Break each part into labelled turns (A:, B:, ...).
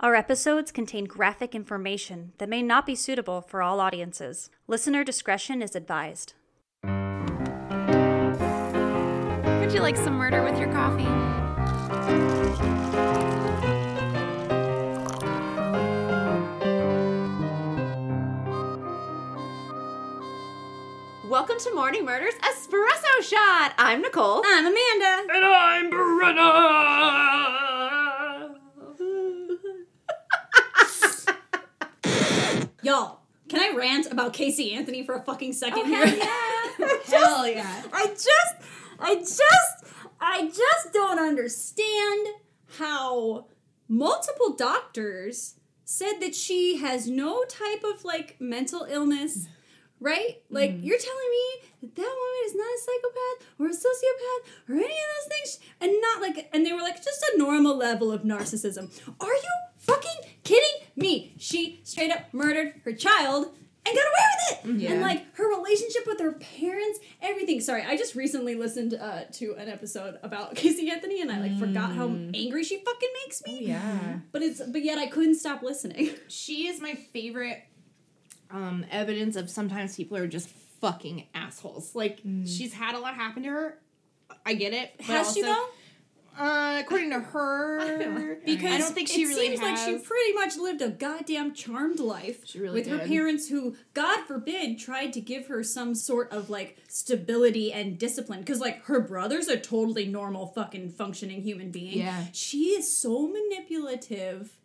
A: Our episodes contain graphic information that may not be suitable for all audiences. Listener discretion is advised.
B: Would you like some murder with your coffee? Welcome to Morning Murders Espresso Shot. I'm Nicole.
A: I'm Amanda.
C: And I'm Brenna.
D: Y'all, can I rant about Casey Anthony for a fucking second
B: Oh, hell
D: here? hell yeah. I just, I just, I just don't understand how multiple doctors said that she has no type of like mental illness.
E: Mm.
D: Right? Like, you're telling me that that woman is not a psychopath or a sociopath or any of those things, and not like, and they were like, just a normal level of narcissism. Are you fucking kidding me? She straight up murdered her child and got
E: Mm-hmm.
D: away with it! And like, her relationship with her parents, everything. Sorry, I just recently listened uh, to an episode about Casey Anthony and I like forgot how angry she fucking makes me.
E: Mm. Oh, Yeah.
D: But it's, but yet I couldn't stop listening.
E: She is my favorite um, evidence of sometimes people are just fucking assholes. Like, she's had a lot happen to her. I get it. but
D: Has she
E: also-
D: though?
E: Uh, according to her, because I don't think she
D: it
E: really
D: seems
E: has.
D: like she pretty much lived a goddamn charmed life
E: She really
D: with her
E: did.
D: parents who god forbid tried to give her some sort of like stability and discipline because like her brother's a totally normal fucking functioning human being
E: Yeah.
D: she is so manipulative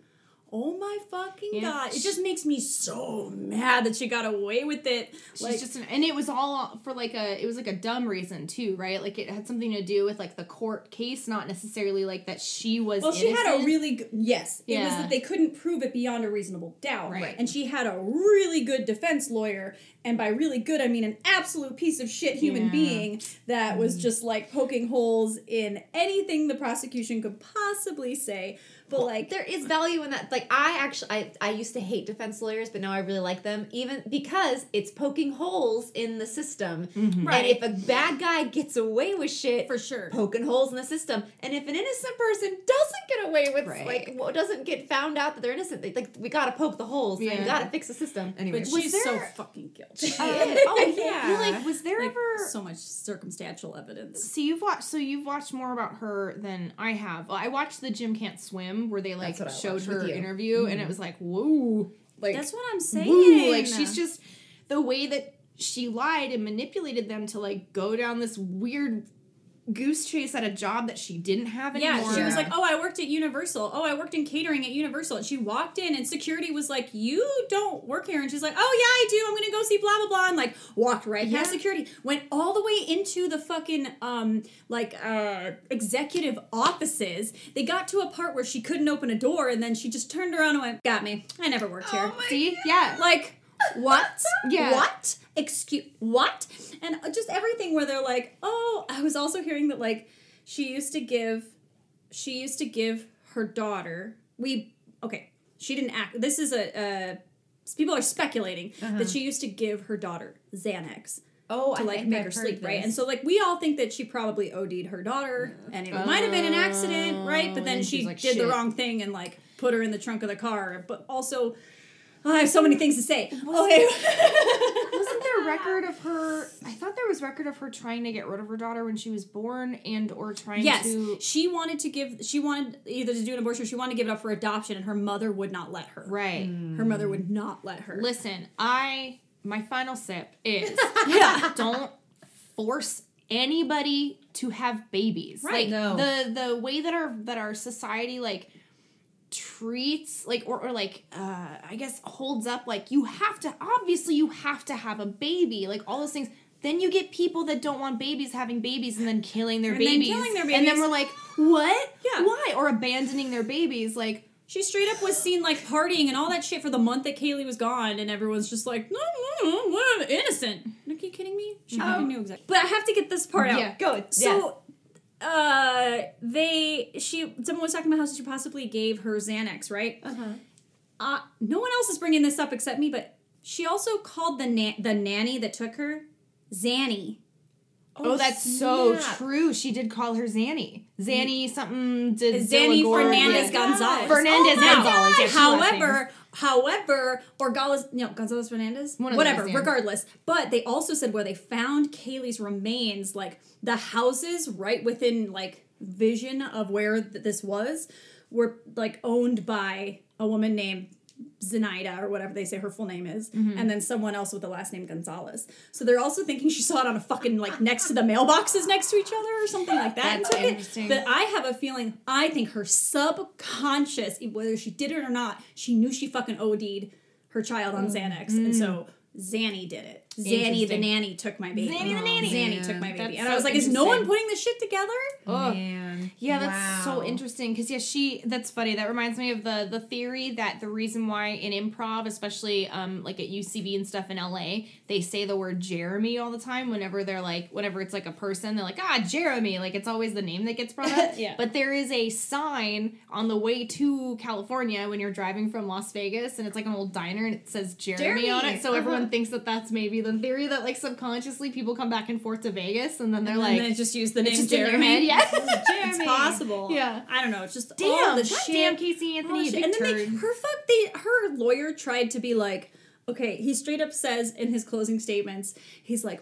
D: oh my fucking
E: Yeah.
D: god it just makes me so mad that she got away with it
E: She's just an, and it was all for like a it was like a dumb reason too, right? Like it had something to do with like the court case, not necessarily like that she was.
D: Well, she had a
E: innocent.
D: really good, yes. It was
E: Yeah.
D: that they couldn't prove it beyond a reasonable doubt,
E: Right.
D: and she had a really good defense lawyer, and by really good, I mean an absolute piece of shit human
E: Yeah.
D: being that was just like poking holes in anything the prosecution could possibly say. But like,
B: there is value in that. Like I actually, I, I used to hate defense lawyers, but now I really like them, even because it's poking holes in the system.
E: Right.
B: And if a bad guy gets away with shit,
D: For sure.
B: poking holes in the system. And if an innocent person doesn't get away with,
E: Right.
B: like, what doesn't get found out that they're innocent, they, like we gotta poke the holes. Yeah.
E: Yeah.
B: You gotta fix the system.
E: Anyway,
D: but
E: was
D: she's
E: there-
D: so fucking guilty.
B: oh yeah.
E: Well, like, was there
D: Like,
E: ever
D: so much circumstantial evidence?
E: So you've watched. So you've watched more about her than I have. Well, I watched the Jim Can't Swim where they like
B: That's what I
E: showed
B: watched with
E: her
B: you. Mm-hmm.
E: interview, and it was like, whoa, like
D: That's what I'm saying.
E: woo, like she's just the way that she lied and manipulated them to like go down this weird goose chase at a job that she didn't have
D: Yeah,
E: anymore.
D: she was like, "Oh, I worked at Universal. Oh, I worked in catering at Universal." And she walked in, and security was like, "You don't work here." And she's like, "Oh yeah, I do. I'm gonna go see blah blah blah." And like walked right past security, went all the way into the fucking um like uh executive offices. They got to a part where she couldn't open a door, and then she just turned around and went, "Got me. I never worked here."
E: see, yeah,
D: Like, what?
E: Yeah.
D: What? Excuse what? And just everything where they're like, oh, I was also hearing that like she used to give she used to give her daughter we okay she didn't act this is a uh people are speculating
E: Uh-huh.
D: that she used to give her daughter xanax
B: oh,
D: to like
B: think
D: make
B: I've
D: her
B: heard
D: sleep right
B: this.
D: and so like we all think that she probably od'd her daughter and it might have been an accident right but then
E: Oh, and
D: she
E: she's like,
D: did
E: "Shit."
D: the wrong thing and like put her in the trunk of the car but also oh, I have so many things to say. Oh, Okay.
E: wasn't there record of her? I thought there was record of her trying to get rid of her daughter when she was born, and or trying
D: yes,
E: to
D: she wanted to give. She wanted either to do an abortion or she wanted to give it up for adoption, and her mother would not let her.
E: right.
D: Her mother would not let her.
E: Listen, I my final sip is
D: Yeah.
E: don't force anybody to have babies.
D: Right.
E: Like
B: No.
E: the the way that our that our society like treats like or, or like uh I guess holds up like you have to obviously you have to have a baby, like all those things. Then you get people that don't want babies having babies and then killing their
D: And then
E: babies.
D: killing their
E: And then
D: babies.
E: we're like, what?
D: Yeah.
E: Why? Or abandoning their babies. Like
D: She straight up was seen like partying and all that shit for the month that Kaylee was gone, and everyone's just like, no, no, no, what, innocent. Are you kidding me? She fucking knew exactly. But I have to get this part out.
E: Yeah.
B: Go. yes.
D: So, uh, they she someone was talking about how she possibly gave her Xanax, right? Uh-huh. Uh No one else is bringing this up except me, but she also called the na- the nanny that took her Zanny.
E: Oh, that's so
B: snap.
E: true. She did call her Zanny. Zanny something did
D: Zanny
E: Dillagore-
D: Fernandez
E: Yeah.
D: Gonzalez.
E: Fernandez
D: Oh my
E: Gonzalez,
D: God.
E: yeah, two last
D: However, however, or Gonzalez, no, Gonzalez Fernandez,
E: One of the
D: whatever.
E: last, yeah.
D: Regardless, but they also said where they found Kaylee's remains, like the houses right within like vision of where th- this was, were like owned by a woman named. Zenaida, or whatever they say her full name is,
E: Mm-hmm.
D: and then someone else with the last name Gonzalez. So they're also thinking she saw it on a fucking like next to the mailboxes next to each other or something like that. and
E: That's
D: took it.
E: interesting.
D: But I have a feeling, I think her subconscious, whether she did it or not, she knew she fucking OD'd her child on Xanax. And so Zanny did it. Zanny the
E: Mm, Interesting.
D: nanny took my baby.
E: Zanny the nanny.
D: Zanny
E: Man,
D: took my
E: that's
D: baby. And
E: so
D: I was like, is no one
E: interesting.
D: putting this shit together?
E: Oh.
B: Man.
E: Yeah, that's so
B: Wow.
E: interesting because yeah, she. That's funny. That reminds me of the the theory that the reason why in improv, especially um like at UCB and stuff in LA, they say the word Jeremy all the time. Whenever they're like, whenever it's like a person, they're like, ah, Jeremy. Like it's always the name that gets brought up.
D: Yeah.
E: But there is a sign on the way to California when you're driving from Las Vegas, and it's like an old diner, and it says Jeremy,
B: Jeremy,
E: on it. So
B: uh-huh.
E: everyone thinks that that's maybe the theory that like subconsciously people come back and forth to Vegas, and then they're
D: and then
E: like.
D: just used the name
E: Just in their
D: Jeremy.
E: head, yeah.
D: It's possible.
E: Yeah.
D: I don't know. It's just
E: Damn,
D: all the
E: God
D: shit.
E: damn Casey Anthony,
D: All the
E: you
D: shit.
E: big
D: and then they,
E: turd.
D: her fuck they her lawyer tried to be like, okay, he straight up says in his closing statements, he's like,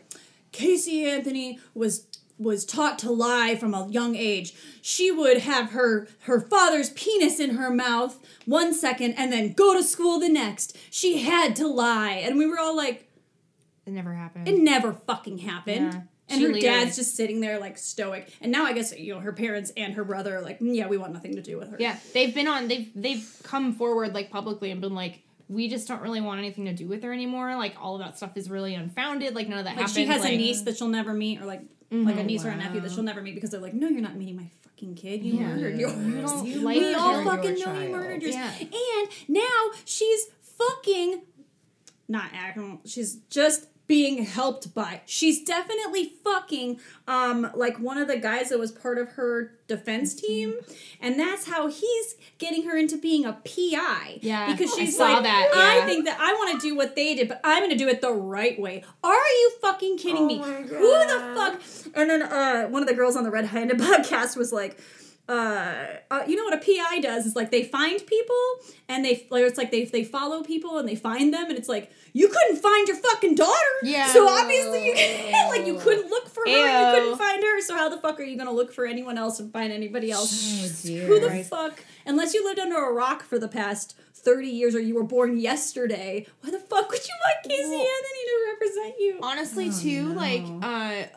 D: Casey Anthony was was taught to lie from a young age. She would have her her father's penis in her mouth one second and then go to school the next. She had to lie. And we were all like,
E: It never happened.
D: it never fucking happened.
E: Yeah.
D: And
E: She
D: her
E: leered.
D: dad's just sitting there like stoic. And now I guess you know her parents and her brother are like, "Mm, yeah, we want nothing to do with her.
E: yeah, they've been on. They've they've come forward like publicly and been like, we just don't really want anything to do with her anymore. Like all of that stuff is really unfounded. Like none of that
D: Like
E: happened.
D: she has a
E: like- Mm-hmm.
D: niece that she'll never meet, or like like a niece or a nephew that she'll never meet because they're like, no, you're not meeting my fucking kid. You murdered yours.
E: You don't like
D: we all
E: her.
D: fucking know
B: Your
D: you
B: child.
D: murdered yours.
E: Yeah.
D: And now she's fucking not acting. She's just being helped by. She's definitely fucking um like one of the guys that was part of her defense
E: Mm-hmm.
D: team, and that's how he's getting her into being a PI.
E: Yeah.
D: because
E: I
D: she's
E: saw
D: like,
E: that, yeah.
D: I think that I want to do what they did, but I'm gonna do it the right way. Are you fucking kidding me?
B: my
D: Who the fuck? And then uh, one of the girls on the Red Handed podcast was like uh, uh, you know what a PI does is like they find people and they like it's like they they follow people and they find them and it's like you couldn't find your fucking daughter.
E: Yeah.
D: So obviously you can't, like you couldn't look for her. and
E: Ew.
D: You couldn't find her. So how the fuck are you gonna look for anyone else and find anybody else?
B: dear.
D: Who the fuck? Unless you lived under a rock for the past thirty years or you were born yesterday, why the fuck would you want Casey
E: Well-
D: Anthony to represent you?
E: Honestly,
D: Oh,
E: too, like uh,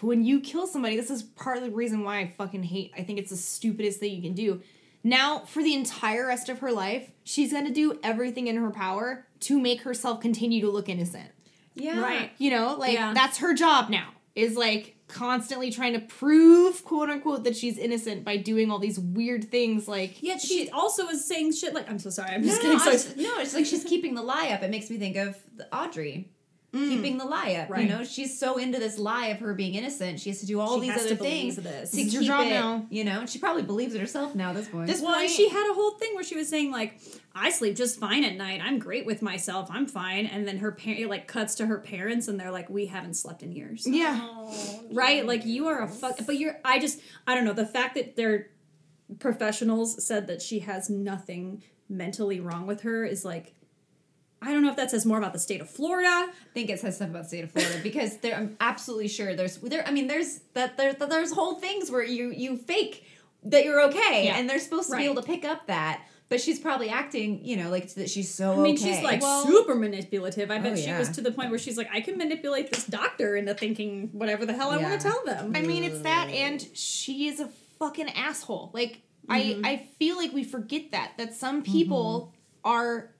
E: when you kill somebody, this is part of the reason why I fucking hate. I think it's the stupidest thing you can do. Now, for the entire rest of her life, she's gonna do everything in her power to make herself continue to look innocent.
B: Yeah.
D: Right.
E: You know, like
D: Yeah.
E: that's her job now is like constantly trying to prove quote unquote that she's innocent by doing all these weird things like
D: Yet she also is saying shit like I'm so sorry. I'm
B: No,
D: just
B: no,
D: getting
B: no,
D: so.
B: it's- no, it's like she's keeping the lie up. It makes me think of the Audrey keeping the lie up.
D: Mm. Right.
B: You know, she's so into this lie of her being innocent. She has to do all
D: She
B: these
D: has
B: other
D: to believe
B: things
D: this.
B: to
E: This is your
B: keep
E: job
B: it.
E: now.
B: You know, and she probably believes it herself now. At this point,
E: This-
D: Well, and
E: Right.
D: she had a whole thing where she was saying like, "I sleep just fine at night. I'm great with myself. I'm fine." And then her parent like cuts to her parents, and they're like, "We haven't slept in years."
E: yeah
D: right? Like you are a fuck. But you're. I just. I don't know. The fact that their professionals said that she has nothing mentally wrong with her is like, I don't know if that says more about the state of Florida.
B: I think it says stuff about the state of Florida because there, I'm absolutely sure there's there. I mean, there's that there, that there's whole things where you you fake that you're okay,
E: Yeah.
B: and they're supposed to
D: Right.
B: be able to pick up that. But she's probably acting, you know, like that she's so.
D: I mean,
B: okay.
D: she's like
E: Well-
D: super manipulative. I bet
B: Oh,
D: she
B: yeah.
D: was to the point where she's like, I can manipulate this doctor into thinking whatever the hell I
B: Yeah.
D: want to tell them.
E: I mean, it's that, and she is a fucking asshole. Like, I I feel like we forget that that some people are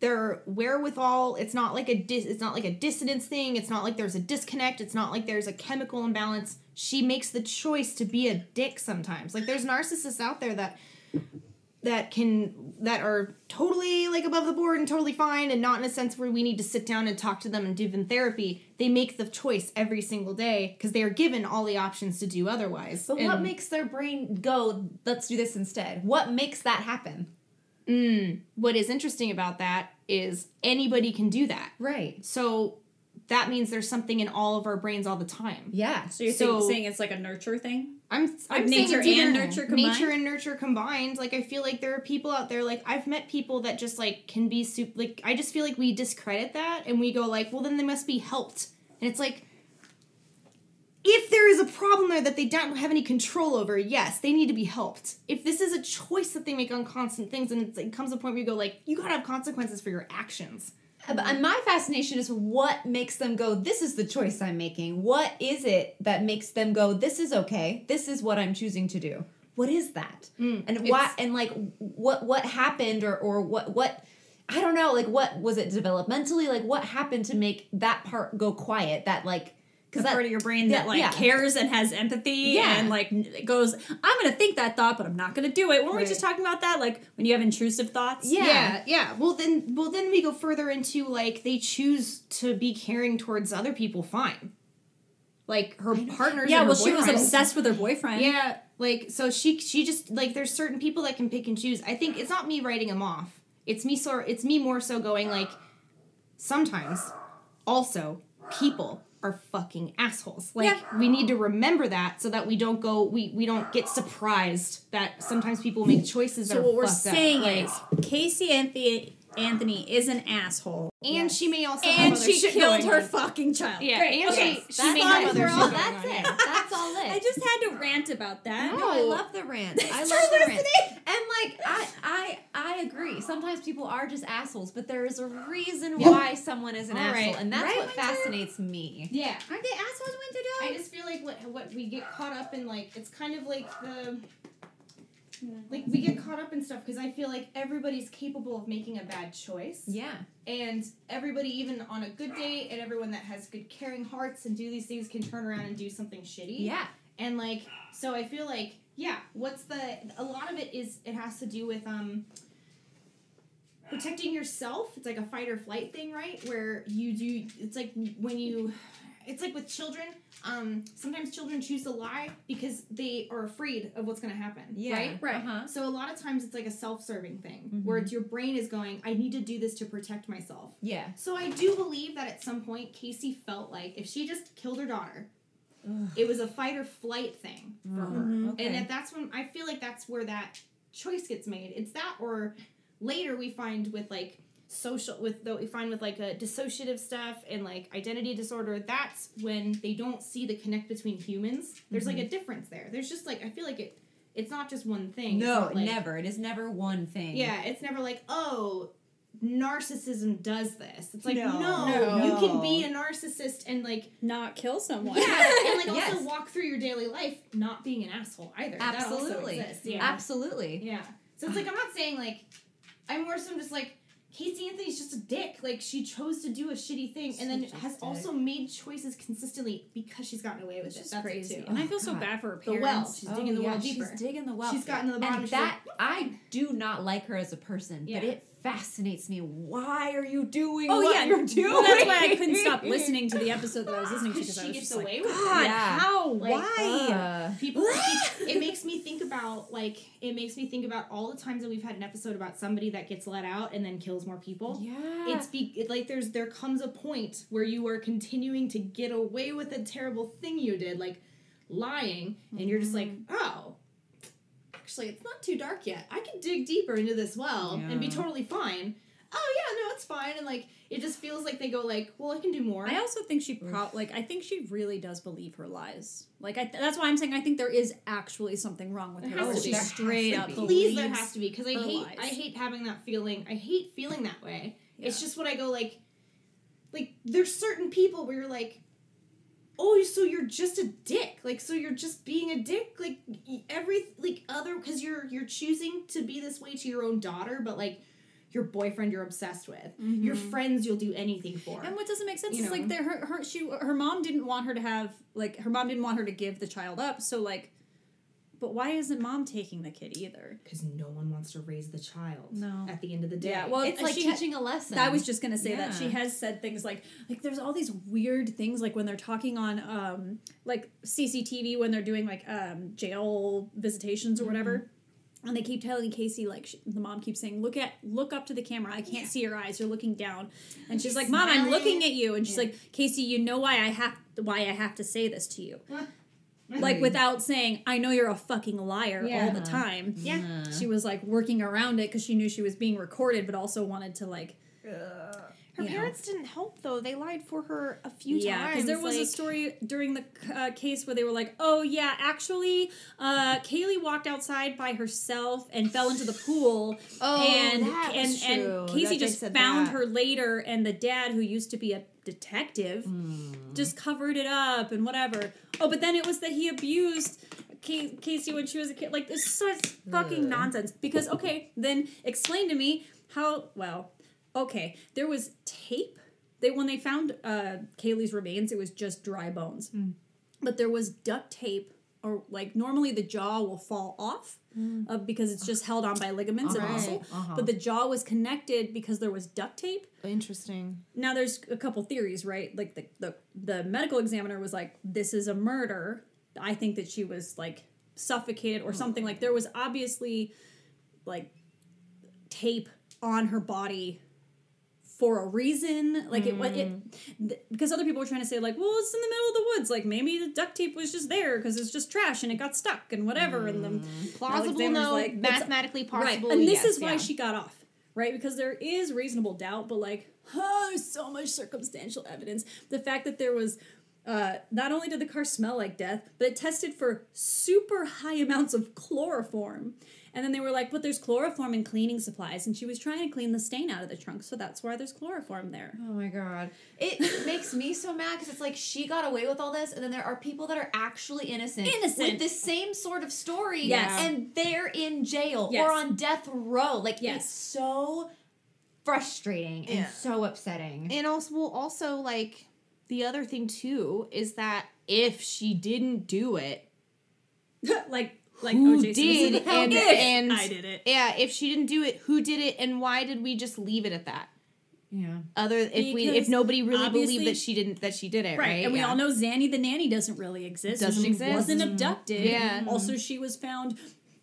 E: their wherewithal. It's not like a dis. It's not like a dissonance thing. It's not like there's a disconnect. It's not like there's a chemical imbalance. She makes the choice to be a dick sometimes. Like, there's narcissists out there that that can that are totally like above the board and totally fine and not in a sense where we need to sit down and talk to them and give them therapy they make the choice every single day because they are given all the options to do otherwise
B: But what
E: And-
B: makes their brain go, let's do this instead? What makes that happen?
E: what is interesting about that is anybody can do that
B: Right.
E: so that means there's something in all of our brains all the time.
B: Yeah.
D: So you're
E: So-
D: saying, saying it's like a nurture thing?
E: I'm I'm
D: Like
E: saying
D: nature
E: it's either
D: and nurture combined?
E: Nature and nurture combined. Like I feel like there are people out there like I've met people that just like can be super like I just feel like we discredit that and we go like, well then they must be helped. And it's like if there is a problem there that they don't have any control over, yes, they need to be helped. If this is a choice that they make on constant things, and it's, it comes a point where you go like, you gotta have consequences for your actions.
B: And my fascination is what makes them go, this is the choice I'm making. What is it that makes them go, this is okay. This is what I'm choosing to do. What is that?
D: Mm,
B: and why
E: it's-
B: and like what what happened or or what what I don't know, like what was it developmentally? Like what happened to make that part go quiet? That like
D: The
B: cuz that
D: part of your brain that
B: yeah,
D: like
B: yeah.
D: cares and has empathy
B: Yeah.
D: and like n- goes, I'm gonna think that thought, but I'm not gonna do it. Weren't we
E: Right.
D: just talking about that? Like when you have intrusive thoughts?
B: Yeah.
E: yeah yeah well then well then we go further into like they choose to be caring towards other people fine like her partners
D: Yeah,
E: and her
D: well, she was
E: boyfriends.
D: obsessed with her boyfriend.
E: yeah like so she she just like there's certain people that can pick and choose i think it's not me writing them off it's me so it's me more so going like sometimes also people are fucking assholes like
D: Yeah.
E: we need to remember that so that we don't go we we don't get surprised that sometimes people make choices that
D: So
E: are
D: what we're
E: fucked up.
D: saying
E: Like,
D: is Casey Anthony Anthony is an asshole,
E: and she may also have
D: and
E: other
D: she
E: shit
D: killed
E: going
D: her
E: on.
D: fucking child.
E: Yeah,
D: Great.
E: and
D: okay.
E: she, she
B: that's
E: made
B: all,
E: that
B: that's,
E: other
B: all,
E: shit.
B: that's it. That's all it.
D: I just had to rant about that.
B: No, I
E: No.
B: love the rant. I love
D: true,
B: the
D: isn't
B: rant.
D: it?
B: And like I I I agree. Sometimes people are just assholes, but there is a reason
E: Yeah.
B: why someone is an
E: All
B: asshole,
E: right.
B: and that's
E: Right,
B: what
E: Winter?
B: fascinates me.
E: Yeah.
D: Aren't they assholes,
E: I
D: Winter
E: just feel like what what we get caught up in like it's kind of like the like we get caught up in stuff because I feel like everybody's capable of making a bad choice.
B: Yeah.
E: And everybody even on a good day and everyone that has good caring hearts and do these things can turn around and do something shitty.
B: Yeah.
E: and like so i feel like yeah what's the a lot of it is it has to do with um protecting yourself it's like a fight or flight thing right where you do it's like when you it's like with children um sometimes children choose to lie because they are afraid of what's going to happen
B: Yeah.
E: right
D: Right.
B: Uh-huh.
E: so a lot of times it's like a self-serving thing where it's your brain is going i need to do this to protect myself
B: Yeah.
E: so I do believe that at some point Casey felt like if she just killed her daughter, it was a fight or flight thing for her.
B: Uh-huh. Okay.
E: Mm-hmm. And if that's when I feel like that's where that choice gets made. It's that or later we find with like social with though we find with like a dissociative stuff and like identity disorder that's when they don't see the connect between humans there's
B: Mm-hmm.
E: like a difference there there's just like i feel like it it's not just one thing It's
B: No,
E: not, like-
B: never. It is never one thing.
E: yeah, it's never like, oh, narcissism does this. It's like,
D: No.
E: no,
B: No.
E: you can be a narcissist and like,
D: Not kill someone.
E: yeah, and like
B: Yes.
E: also walk through your daily life not being an asshole either. That also
B: Absolutely.
E: exists, yeah.
B: Absolutely.
E: yeah. So it's like I'm not saying like, I'm more so just like. Casey Anthony's just a dick. Like she chose to do a shitty thing, and then
B: Such a
E: has
B: dick.
E: also made choices consistently because she's gotten away with it.
D: is
E: That's
D: crazy.
E: It too.
D: And I feel
B: Oh,
D: so
B: God.
D: bad for her
E: The
D: parents.
E: well. She's digging the
B: Oh, yeah,
E: well
B: she's
E: deeper.
B: digging the well.
E: She's gotten to the bottom.
B: And
E: she's like,
B: that I do not like her as a person,
E: Yeah.
B: but it fascinates me. Why are you doing
D: Oh
B: what
D: yeah,
B: you're doing?
D: Well, that's why I couldn't stop listening to the episode that I was listening to
E: because
D: because I was
E: she gets
D: just like,
E: away with it.
D: God,
B: Yeah.
D: how,
E: Like,
D: why?
B: Uh,
E: people keep- it makes me think about like it makes me think about all the times that we've had an episode about somebody that gets let out and then kills more people
B: yeah.
E: it's be, it, like there's there comes a point where you are continuing to get away with a terrible thing you did like lying and you're just like
B: Mm-hmm.
E: oh actually it's not too dark yet i can dig deeper into this well and be
B: Yeah.
E: totally fine oh yeah no it's fine and like it just feels like they go like well i can do more
D: I also think she pro- like I think she really does believe her lies. Like I th- that's why I'm saying I think there is actually something wrong with her.
E: has
D: that
E: to
D: she
E: be. There
B: has
D: Oh, straight
B: to
D: up
B: be.
E: please there
D: believes-
E: has to be because i
D: her
E: hate
D: lies.
E: i hate having that feeling i hate feeling that way it's just what i go like like there's certain people where you're like oh so you're just a dick like so you're just being a dick like y- every like other because you're you're choosing to be this way to your own daughter but like your boyfriend you're obsessed with your friends you'll do anything for
D: And what doesn't make sense
E: You
D: is like
E: know.
D: there, her, her she her mom didn't want her to have like her mom didn't want her to give the child up. So like, but why isn't mom taking the kid either?
E: because no one wants to raise the child
D: No.
E: at the end of the day
D: Yeah, well,
B: it's like
D: she-
B: teaching a lesson.
D: I was just gonna say that she
B: Yeah.
D: has said things like like there's all these weird things like when they're talking on um like CCTV when they're doing like um jail visitations or whatever.
E: Mm-hmm.
D: and they keep telling Casey like she, the mom keeps saying look at look up to the camera I can't see your eyes you're looking down and she's like mom I'm
E: smiling.
D: looking at you and she's like Casey you know why I have why I have to say this to you
B: Mm-hmm.
D: like without saying I know you're a fucking liar all the
B: Mm. Yeah.
D: time
E: Yeah.
D: she was like working around it because she knew she was being recorded but also wanted to like
E: Her
D: you know.
E: parents didn't help though. They lied for her a few
D: yeah,
E: times.
D: there was a
E: like-
D: story during the uh, case where they were like, "Oh yeah, actually, uh, Kaylee walked outside by herself and fell into the pool,
E: Oh,
D: and
E: that
D: and
E: was
D: and
E: true, that
D: Casey
E: they
D: just
E: said
D: found
E: that.
D: her later, and the dad who used to be a detective
E: Hmm.
D: just covered it up and whatever. Oh, but then it was that he abused Ca- Casey when she was a kid. Like this is such fucking nonsense. Because okay, then explain to me how well. Okay, there was tape. They when they found uh, Kaylee's remains, it was just dry bones, but there was duct tape. Or like normally the jaw will fall off uh, because it's just held on by ligaments and
E: Uh-huh.
D: muscle,
B: Uh-huh.
D: but the jaw was connected because there was duct tape
E: Interesting.
D: now there's a couple theories right like the, the the medical examiner was like this is a murder i think that she was like suffocated or something like there was obviously like tape on her body for a reason like it was it th- because other people were trying to say like well it's in the middle of the woods like maybe the duct tape was just there because it's just trash and it got stuck and whatever and the medical
E: Plausible,
D: examiner's
E: no.
D: like, "It's
E: mathematically possible.
D: Right. And this
E: yes,
D: is why
E: yeah.
D: she got off, right? Because there is reasonable doubt, but like, oh, there's so much circumstantial evidence. The fact that there was. Uh, not only did the car smell like death, but it tested for super high amounts of chloroform. And then they were like, but there's chloroform in cleaning supplies. And she was trying to clean the stain out of the trunk, so that's why there's chloroform there.
E: Oh my god.
B: It makes me so mad because it's like she got away with all this, and then there are people that are actually innocent,
D: Innocent.
B: with the same sort of story,
D: Yes.
B: and they're in jail
D: Yes.
B: or on death row. Like
D: Yes.
B: it's so frustrating and
E: Yeah.
B: so upsetting.
E: And also, well, also like the other thing too is that if she didn't do it,
D: like, like
E: Who
D: OJ Simpson.
E: did and-
D: If
E: and-
D: I did it.
E: yeah, if she didn't do it, who did it, and why did we just leave it at that?
B: yeah.
E: Other if we
D: Because
E: if nobody really
D: obviously-
E: believed that she didn't that she did it, right?
D: Right, and we
E: Yeah.
D: all know Zanny the nanny doesn't really exist. so
E: Doesn't
D: she
E: exist. Mm-hmm.
D: wasn't abducted.
E: Yeah.
D: Also, she was found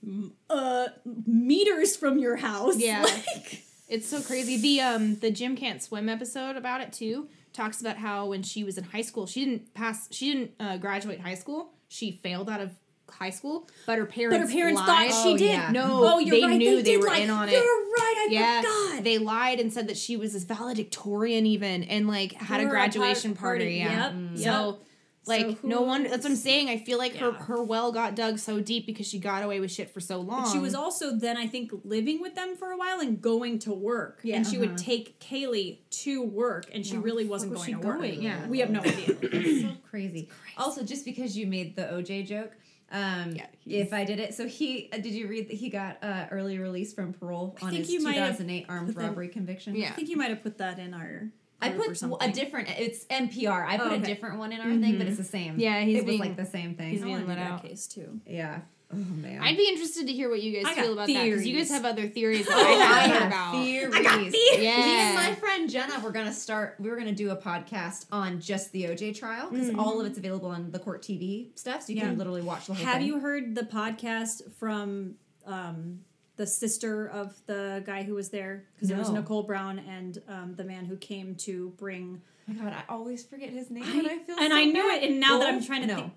D: mm, uh meters from your house.
E: Yeah.
D: Like,
E: It's so crazy. The um the Jim can't swim episode about it too talks about how when she was in high school, she didn't pass, she didn't uh, graduate high school. She failed out of high school, but her parents
D: but her parents
E: lied.
D: thought she
B: Oh,
D: did.
B: yeah.
E: No,
D: oh, you're
E: they
D: right.
E: knew
D: they,
E: they
D: did
E: were
D: lie.
E: in on it.
D: You're right. I
E: yeah,
D: forgot.
E: they lied and said that she was this valedictorian even and like had
D: Or
E: a
D: a
E: graduation
D: par- party,
E: party. Yeah.
D: yep,
E: Mm.
D: yep.
E: So like
D: So
E: no
D: who-
E: wonder that's what I'm saying. I feel like her
D: Yeah.
E: her well got dug so deep because she got away with shit for so long.
D: She was also then I think living with them for a while and going to work.
E: Yeah. Uh-huh.
D: And she would take Kaylee to work and she really wasn't
E: was
D: going
E: she
D: to work.
E: going? Yeah.
D: We have no idea.
B: so crazy. Also, just because you made the OJ joke, um,
E: Yeah,
B: if I did it, so he uh, did you read that he got uh, early release from parole on
D: think
B: his
D: you might have
B: 2008 armed
D: put them-
B: robbery conviction?
D: I
E: Yeah.
D: think you might have put that in our
B: I
D: group or
B: put
D: something.
B: a different. It's NPR. I
D: Oh,
B: put
D: okay.
B: a different one in our thing, but it's the same.
E: Yeah, he's
B: it
E: being-
B: was like the same thing.
E: he's
D: I
E: being
D: want to do
E: let
D: that
E: out.
D: case too.
B: yeah. Oh man.
E: I'd be interested to hear what you guys
D: I got
E: feel about that because you
D: theories.
E: guys have other theories that
B: Oh,
E: I
B: I
E: haven't heard
B: have
E: about.
B: theories.
E: Yeah.
B: Me and my friend Jenna were gonna start. We were gonna do a podcast on just the OJ trial because all of it's available on the court TV stuff, so you
D: Yeah.
B: can literally watch the whole
D: Have
B: thing.
D: you heard the podcast from um, the sister of the guy who was there? Because there was
B: No.
D: Nicole Brown and um, the man who came to bring.
B: Oh my god, I always forget his name, and I feel
D: and
B: so
D: I knew
B: bad.
D: it, and now that I'm
B: Gold?
D: trying to
B: no.
D: think,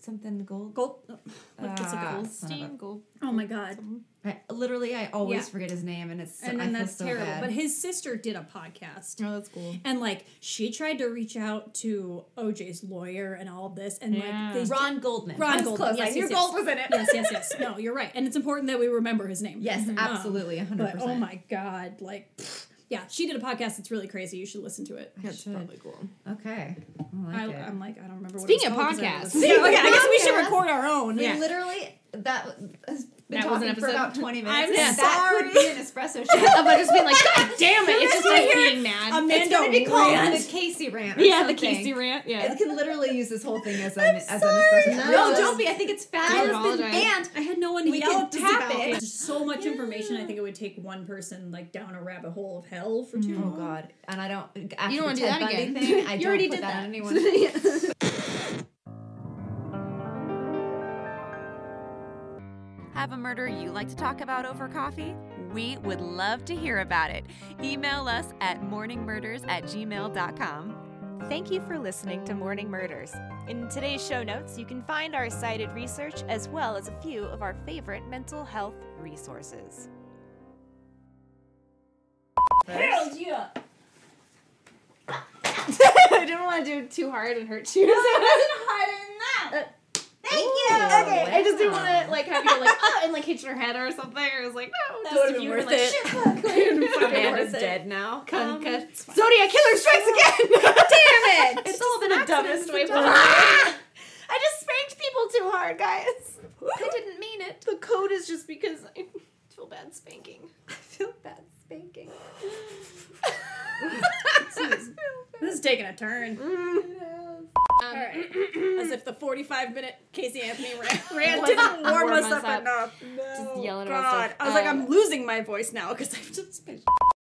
B: something gold.
D: gold. oh, Let's look
B: Ah.
D: at gold.
E: Goldstein, Gold.
D: Oh my god!
B: I, literally, I always
D: Yeah.
B: forget his name, and it's so,
D: and then
B: I feel
D: that's
B: so
D: terrible.
B: bad.
D: But his sister did a podcast.
E: Oh, that's cool.
D: And like she tried to reach out to OJ's lawyer and all this, and
E: Yeah.
D: like they
B: Ron Goldman.
D: Ron
B: I was
D: Goldman,
B: Close.
D: yes,
B: I knew
D: yes, yes.
B: gold was in it.
D: yes, yes, yes. No, you're right, and it's important that we remember his name.
B: Yes,
D: Mhm.
B: absolutely,
D: Um,
B: 100%.
D: But oh my god, like, pfft. yeah, she did a podcast. It's really crazy. You should listen to it.
E: That's
B: should.
E: probably cool.
B: Okay. I like
D: I,
B: it.
D: I'm like, I don't remember.
E: Speaking
D: what
E: of
D: it was called 'cause I
E: podcasts.
D: listened- Yeah, okay, I guess we should
B: Podcasts.
D: record our own.
B: We
E: Yeah.
B: literally that has been
E: That was an
B: talking for
E: episode.
B: about twenty minutes.
E: I'm
B: and That could be
D: sorry.
B: an espresso shot.
E: Of just being like, God damn it! It's just like being mad.
F: Um,
D: Amanda
B: it's gonna be called
D: Rand.
B: the Casey rant. Or
E: yeah, the
B: something.
E: Casey rant. Yeah.
B: It can literally use this whole thing as, an, as an espresso. shot.
E: No,
B: No, don't be. I think it's fabulous.
E: apologize.
B: And
D: I had no one to
B: We
D: yell
B: can
D: at this
B: tap
D: about.
B: it.
D: There's so much information. I think it would take one person like down a rabbit hole of hell for too
B: Oh
D: long.
B: God! And I don't. After
E: You don't
B: want to
E: do that again.
B: Thing, I
E: you
B: don't
E: already
B: put
E: did
B: that, on anyone.
E: anyone.
B: have a murder you like to talk about over coffee? We would love to hear about it. Email us at morningmurders at gmail.com.
G: Thank you for listening to Morning Murders. In today's show notes, you can find our cited research as well as a few of our favorite mental health resources.
D: Hell yeah!
F: I didn't want to do it too hard and hurt you.
H: Thank
F: okay, I just didn't want
B: Um,
F: to like have you like oh and like hit your head or something. I was like no, just if you were like shit.
H: Amanda's dead now.
B: Um,
F: Come, cut. Zodiac killer strikes again. Damn it! It's all been a dumbest way possible. I just spanked people too hard, guys. I didn't mean it. The code is just because I feel bad spanking. I feel bad spanking.
D: This is taking a turn. All right. As if the 45 minute Casey Anthony rant, rant didn't warm us up, enough. No.
F: Just yelling
D: God.
F: about stuff.
D: I was like,
F: Um,
D: I'm losing my voice now because I've just been